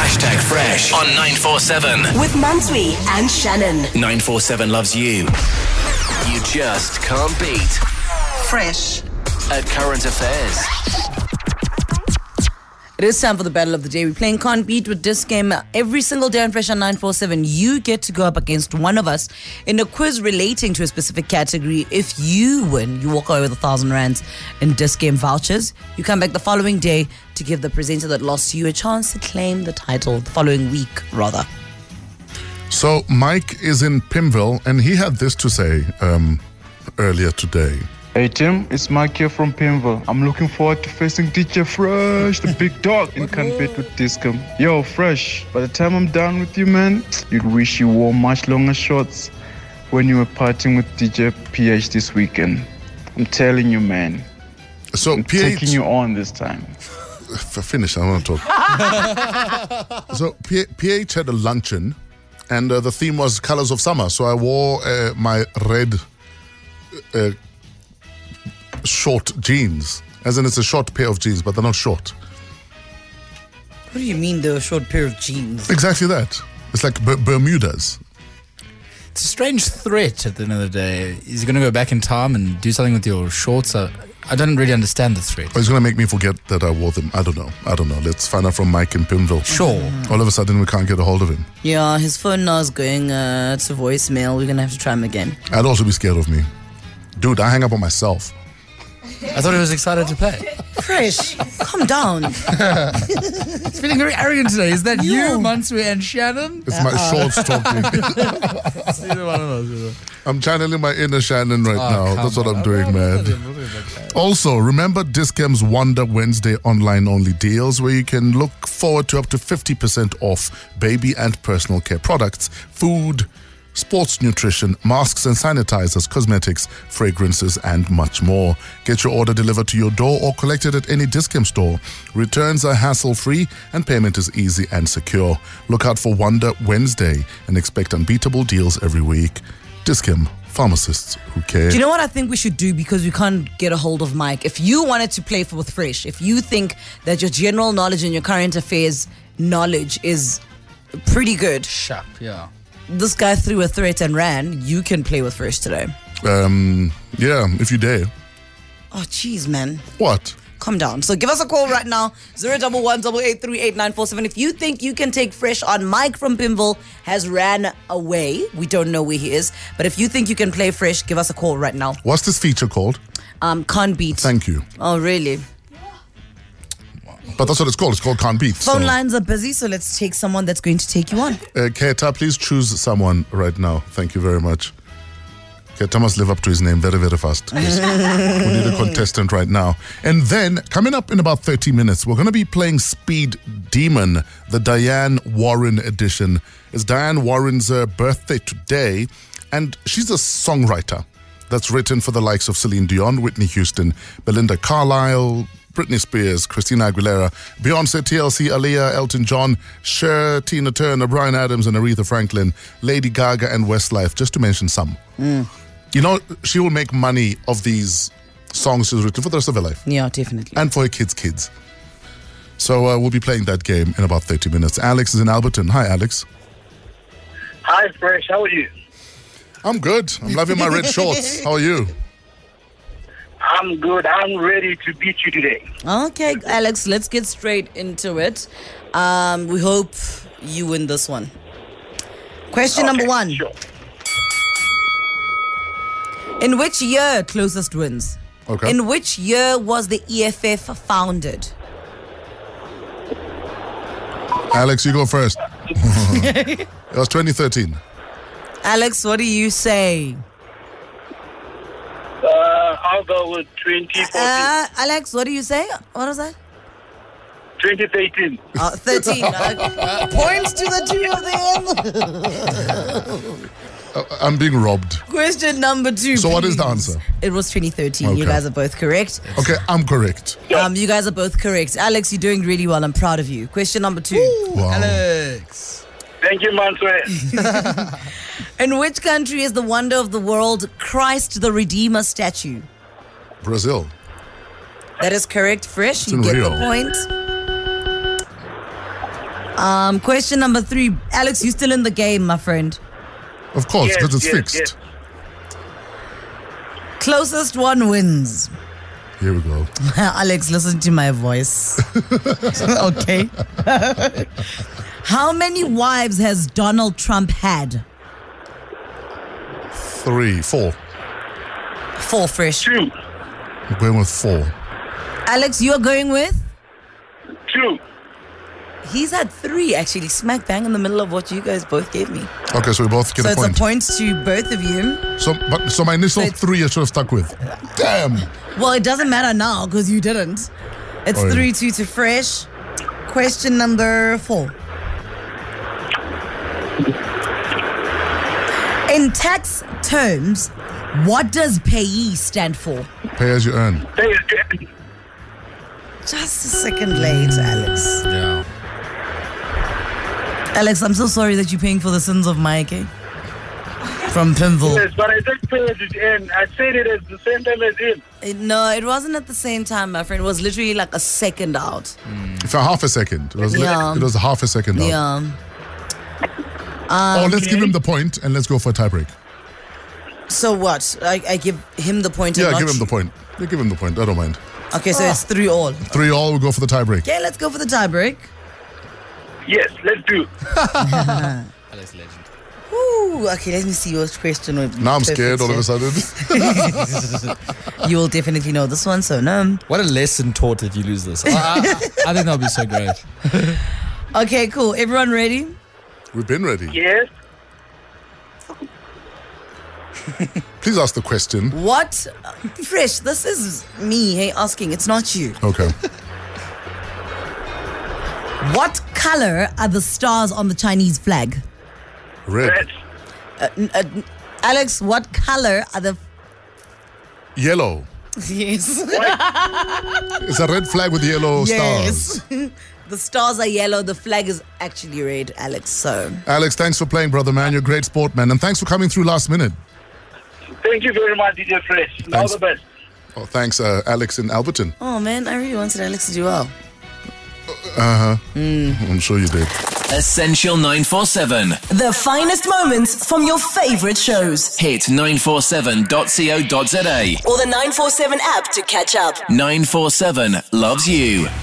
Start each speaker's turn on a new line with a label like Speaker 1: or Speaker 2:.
Speaker 1: Hashtag Fresh on 947.
Speaker 2: With Mansui and Shannon.
Speaker 1: 947 loves you. You just can't beat
Speaker 2: Fresh.
Speaker 1: at current affairs.
Speaker 3: It is time for the battle of the day. We're playing Can't Beat with this game. Every single day on Fresh on 947, you get to go up against one of us in a quiz relating to a specific category. If you win, you walk away with a thousand rands in disc game vouchers. You come back the following day to give the presenter that lost you a chance to claim the title the following week, rather.
Speaker 4: So Mike is in Pimville, and he had this to say um, earlier today.
Speaker 5: Hey Tim, it's Mike here from Pimville. I'm looking forward to facing Teacher Fresh, the big dog, in compete with Discom. Yo, Fresh, by the time I'm done with you, man, you'd wish you wore much longer shorts when you were partying with DJ PH this weekend. I'm telling you, man,
Speaker 4: So
Speaker 5: I'm
Speaker 4: PH,
Speaker 5: taking you on this time.
Speaker 4: F- finish. I want to talk. so P- PH had a luncheon, and uh, the theme was colors of summer. So I wore uh, my red uh, short jeans, as in it's a short pair of jeans, but they're not short.
Speaker 3: What do you mean, the short pair of jeans?
Speaker 4: Exactly that. It's like B- Bermudas.
Speaker 6: It's a strange threat at the end of the day. He's going to go back in time and do something with your shorts. I, I don't really understand the threat.
Speaker 4: But it's gonna make me forget that I wore them. I don't know. I don't know. Let's find out from Mike in Pimville.
Speaker 6: Sure.
Speaker 4: All of a sudden, we can't get a hold of him.
Speaker 3: Yeah, his phone now is going uh, to voicemail. We're going to have to try him again.
Speaker 4: I'd also be scared of me. Dude, I hang up on myself.
Speaker 6: I thought he was excited to play.
Speaker 3: Fresh, calm down.
Speaker 6: He's feeling very arrogant today. Is that you,
Speaker 3: No.
Speaker 6: Mansui and Shannon?
Speaker 4: It's my shorts talking.
Speaker 6: Either one of us.
Speaker 4: I'm channeling my inner Shannon right now. That's what I'm doing, man. Also, remember Discam's Wonder Wednesday online only deals where you can look forward to up to 50% off baby and personal care products, food, sports nutrition, masks and sanitizers, cosmetics, fragrances, and much more. Get your order delivered to your door or collected at any Discam store. Returns are hassle free and payment is easy and secure. Look out for Wonder Wednesday and expect unbeatable deals every week. Discam, pharmacists who care.
Speaker 3: Do you know what I think we should do because we can't get a hold of Mike? If you wanted to play for with Fresh, if you think that your general knowledge and your current affairs knowledge is pretty good,
Speaker 6: Sharp, yeah.
Speaker 3: this guy threw a threat and ran. You can play with Fresh today.
Speaker 4: Um, yeah, if you dare.
Speaker 3: Oh, jeez, man.
Speaker 4: What?
Speaker 3: Calm down. So give us a call right now, 011-883-8947. If you think you can take Fresh on, Mike from Pimville has ran away. We don't know where he is. But if you think you can play Fresh, give us a call right now.
Speaker 4: What's this feature called?
Speaker 3: Um, can't beat.
Speaker 4: Thank you.
Speaker 3: oh, really?
Speaker 4: But that's what it's called. It's called Can't Beat.
Speaker 3: Phone
Speaker 4: so,
Speaker 3: lines are busy, so let's take someone that's going to take you on.
Speaker 4: Uh, Keta, please choose someone right now. Thank you very much. Keta must live up to his name very, very fast. 'cause we need a contestant right now. And then, coming up in about 30 minutes, we're going to be playing Speed Demon, the Diane Warren edition. It's Diane Warren's uh, birthday today, and she's a songwriter that's written for the likes of Celine Dion, Whitney Houston, Belinda Carlisle, Britney Spears, Christina Aguilera, Beyonce, TLC, Aaliyah, Elton John, Cher, Tina Turner, Brian Adams, and Aretha Franklin, Lady Gaga, and Westlife, just to mention some. You know, she will make money of these songs she's written for the rest of her life
Speaker 3: Yeah, definitely.
Speaker 4: and for her kids' kids. So uh, we'll be playing that game in about 30 minutes. Alex is in Alberton. Hi, Alex.
Speaker 7: Hi, Fresh. How are you?
Speaker 4: I'm good. I'm loving my red shorts. How are you?
Speaker 7: I'm good. I'm ready to beat you today.
Speaker 3: Okay, Alex, let's get straight into it. Um, we hope you win this one. Question number
Speaker 7: Okay,
Speaker 3: one
Speaker 7: Sure.
Speaker 3: In which year closest wins?
Speaker 4: Okay.
Speaker 3: In which year was the EFF founded?
Speaker 4: Alex, you go first. it was 2013.
Speaker 3: Alex, what do you say?
Speaker 7: Uh, I'll go with 2014.
Speaker 3: Uh, Alex, what do you say? What was that?
Speaker 7: 2013.
Speaker 3: Uh, 13. Uh, points to the two of them.
Speaker 4: Uh, I'm being robbed.
Speaker 3: Question number two.
Speaker 4: So what is the
Speaker 3: please.
Speaker 4: answer?
Speaker 3: It was 2013. You
Speaker 4: Okay.
Speaker 3: guys are both correct.
Speaker 4: Okay, I'm correct.
Speaker 3: Um, you guys are both correct. Alex, you're doing really well. I'm proud of you. Question number two.
Speaker 4: Wow.
Speaker 6: Alex.
Speaker 7: Thank you, Mansue.
Speaker 3: In which country is the wonder of the world Christ the Redeemer statue?
Speaker 4: Brazil.
Speaker 3: That is correct, Fresh. You
Speaker 4: in
Speaker 3: get the
Speaker 4: Rio.
Speaker 3: point. Um, question number three. Alex, you still in the game, my friend.
Speaker 4: Of course,
Speaker 7: Yes,
Speaker 4: because it's
Speaker 7: yes,
Speaker 4: fixed.
Speaker 7: yes.
Speaker 3: Closest one wins.
Speaker 4: Here we go.
Speaker 3: Alex, listen to my voice. okay. How many wives has Donald Trump had?
Speaker 4: Three, four.
Speaker 3: Four fresh.
Speaker 7: Two,
Speaker 4: I'm going with four.
Speaker 3: Alex, you're going with?
Speaker 7: two.
Speaker 3: He's had three, actually, smack bang in the middle of what you guys both gave me.
Speaker 4: Okay, so we both get
Speaker 3: So
Speaker 4: a
Speaker 3: it's
Speaker 4: point.
Speaker 3: a point to both of you.
Speaker 4: So, but, so my initial
Speaker 3: So it's-
Speaker 4: three I should have stuck with. Damn.
Speaker 3: Well, it doesn't matter now because you didn't. It's
Speaker 4: Oh, yeah.
Speaker 3: 3 2 to Fresh. Question number four. In tax terms, what does payee stand for?
Speaker 4: Pay as you earn.
Speaker 7: They are dead.
Speaker 3: Just a second late, Alex.
Speaker 6: Yeah.
Speaker 3: Alex, I'm so sorry that you're paying for the sins of eh? my okay? From Pimville.
Speaker 7: Yes, but I just said it in. I said it at the same time as him.
Speaker 3: No, it wasn't at the same time, my friend. It was literally like a second out.
Speaker 4: For half a second. It was, li-
Speaker 3: Yeah.
Speaker 4: it was half a second out.
Speaker 3: Yeah.
Speaker 4: Or let's give him the point and let's go for a tiebreak.
Speaker 3: So what? I, I give him the point. and
Speaker 4: Yeah,
Speaker 3: not
Speaker 4: give him the
Speaker 3: you?
Speaker 4: point. Yeah, give him the point. I don't mind.
Speaker 3: Okay, so it's three all.
Speaker 4: Three all, we'll go for the tiebreak.
Speaker 3: Okay, let's go for the tiebreak.
Speaker 7: Yes, let's do.
Speaker 6: Alex legend.
Speaker 3: Ooh, okay, let me see your question. would be
Speaker 4: Now I'm
Speaker 3: perfect,
Speaker 4: scared all of a
Speaker 3: yeah.
Speaker 4: sudden.
Speaker 3: You will definitely know this one, so no.
Speaker 6: What a lesson taught if you lose this. I, I- I think that'll be so great.
Speaker 3: Okay, cool. Everyone ready?
Speaker 4: We've been ready.
Speaker 7: Yes,
Speaker 4: Please ask the question.
Speaker 3: What? Fresh, this is me, hey, asking. It's not you.
Speaker 4: Okay.
Speaker 3: What color are the stars on the Chinese flag?
Speaker 4: Red.
Speaker 7: red.
Speaker 3: N- uh, n- Alex, what color are the.
Speaker 4: Yellow.
Speaker 3: Yes.
Speaker 4: It's a red flag with yellow
Speaker 3: yes.
Speaker 4: stars.
Speaker 3: the stars are yellow. The flag is actually red, Alex, so.
Speaker 4: Alex, thanks for playing, brother man. You're a great sport, man. And thanks for coming through last minute.
Speaker 7: Thank you very much, DJ Fresh. All
Speaker 4: Thanks.
Speaker 7: the best.
Speaker 4: Oh, thanks, uh, Alex in Alberton.
Speaker 3: Oh, man, I really wanted Alex to do well.
Speaker 4: I'm sure you did.
Speaker 1: Essential 947.
Speaker 2: The finest moments from your favorite shows.
Speaker 1: Hit 947.co.za.
Speaker 2: Or the 947 app to catch up.
Speaker 1: 947 loves you.